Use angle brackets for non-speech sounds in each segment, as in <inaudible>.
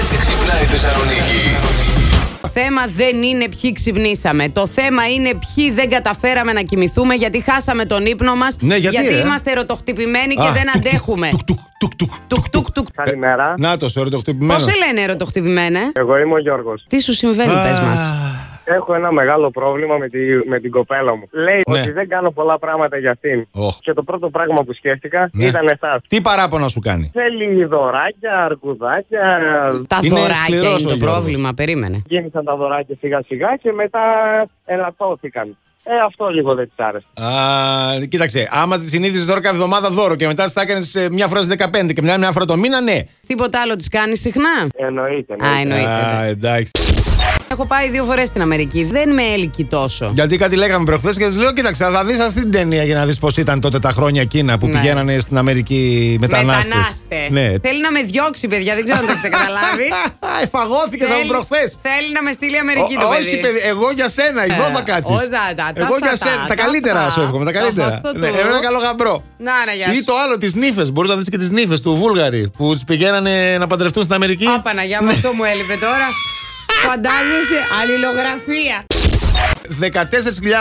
έτσι ξυπνάει η Θεσσαλονίκη. Το θέμα δεν είναι ποιοι ξυπνήσαμε. Το θέμα είναι ποιοι δεν καταφέραμε να κοιμηθούμε γιατί χάσαμε τον ύπνο μας. Ναι, γιατί, ε? είμαστε ερωτοχτυπημένοι και Α, δεν τουκ, τουκ, αντέχουμε. τουκ, τουκ, τουκ, τουκ. Τουκ, τουκ, τουκ. Καλημέρα. Να το, σε Πώ ερωτοχτυπημένο. σε λένε ερωτοχτυπημένε, Εγώ είμαι ο Γιώργος. Τι σου συμβαίνει, Α, πες μας. Έχω ένα μεγάλο πρόβλημα με, τη, με την κοπέλα μου. Λέει Ναι. ότι δεν κάνω πολλά πράγματα για αυτήν. Οχ. Και το πρώτο πράγμα που σκέφτηκα Ναι. ήταν εσάς. Τι παράπονο σου κάνει. Θέλει δωράκια, αρκουδάκια. Τα Είναι δωράκια σκληρός είναι ο το Γιώργος. πρόβλημα, περίμενε. Γίνησαν τα δωράκια σιγά σιγά και μετά ελαττώθηκαν. Ε, αυτό λίγο δεν της άρεσε. Α, κοίταξε, άμα τη συνήθιζε τώρα κάθε εβδομάδα δώρο και μετά τη τα έκανε μια φορά στις 15 και μια, μια φορά το μήνα, ναι. Τίποτα άλλο τη κάνεις συχνά. Εννοείται. Α, εννοείται. εννοείται. Α, εντάξει. εντάξει. Έχω πάει δύο φορές στην Αμερική. Δεν με έλκει τόσο. Γιατί κάτι λέγαμε προχθές και τη λέω: Κοίταξε, θα δεις αυτή την ταινία για να δεις πώς ήταν τότε τα χρόνια εκείνα που Ναι. πηγαίνανε στην Αμερική μετανάστες. Μετανάστε. Ναι. Θέλει να με διώξει, παιδιά. Δεν ξέρω αν το έχετε <laughs> καταλάβει. Εφαγώθηκες από Θέλει- προχθές. Θέλει να με στείλει η Αμερική το παιδί. Ε, Όχι, παιδί, εγώ για σένα, εδώ θα κάτσει. όχι, τα- τα- τα- Εγώ τα- για σένα. τα- Τα τα- καλύτερα τα- σου εύχομαι, τα τα- καλύτερα. αυτό το- Ναι, Ένα καλό γαμπρό. Να, ναι, γεια Ή σου. το άλλο, τις νύφες. Μπορείς να δεις και τις νύφες του Βούλγαρη που τους πηγαίνανε να παντρευτούν στην Αμερική. Ναι, Α, Παναγιά μου, αυτό μου έλειπε τώρα. Φαντάζεσαι, αλληλογραφία.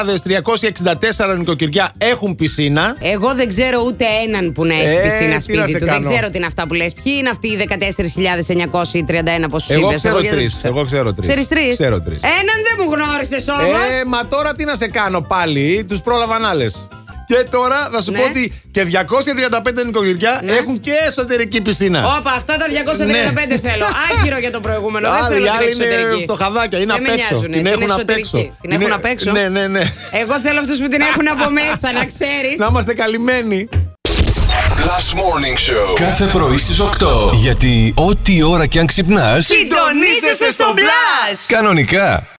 14.364 νοικοκυριά έχουν πισίνα. Εγώ δεν ξέρω ούτε έναν που να έχει Ε, πισίνα τι να σε σπίτι του. Δεν κάνω. ξέρω τι είναι αυτά που λες. Ποιοι είναι αυτοί οι 14.931 που σου Εγώ είπες. ξέρω γιατί δεν τρεις, εγώ ξέρω τρεις. Ξέρεις τρεις. Ξέρω τρεις. Έναν δεν μου γνώρισες όμως. Ε, μα τώρα τι να σε κάνω πάλι, τους πρόλαβαν άλλε. Και τώρα θα σου Ναι. πω ότι και 235 νοικοκυριά Ναι. έχουν και εσωτερική πισίνα. Όπα, αυτά τα 235 Ναι. θέλω. Άκυρο για το προηγούμενο. Δεν Άλλοι- θέλω την άλλοι είναι εξωτερική. φτωχαδάκια, είναι Δεν απ' με έξω. νοιάζουνε, την έχουν απ' εσωτερική. έξω. Την έχουν Είναι- απ' έξω. Ναι, ναι, ναι. Εγώ θέλω αυτούς που την έχουν από μέσα, να ξέρεις. Να είμαστε καλυμμένοι. Last Morning Show. Κάθε πρωί στις 8. Γιατί ό,τι ώρα κι αν ξυπνάς, Συντονίζεσαι στο μπλα! κανονικά.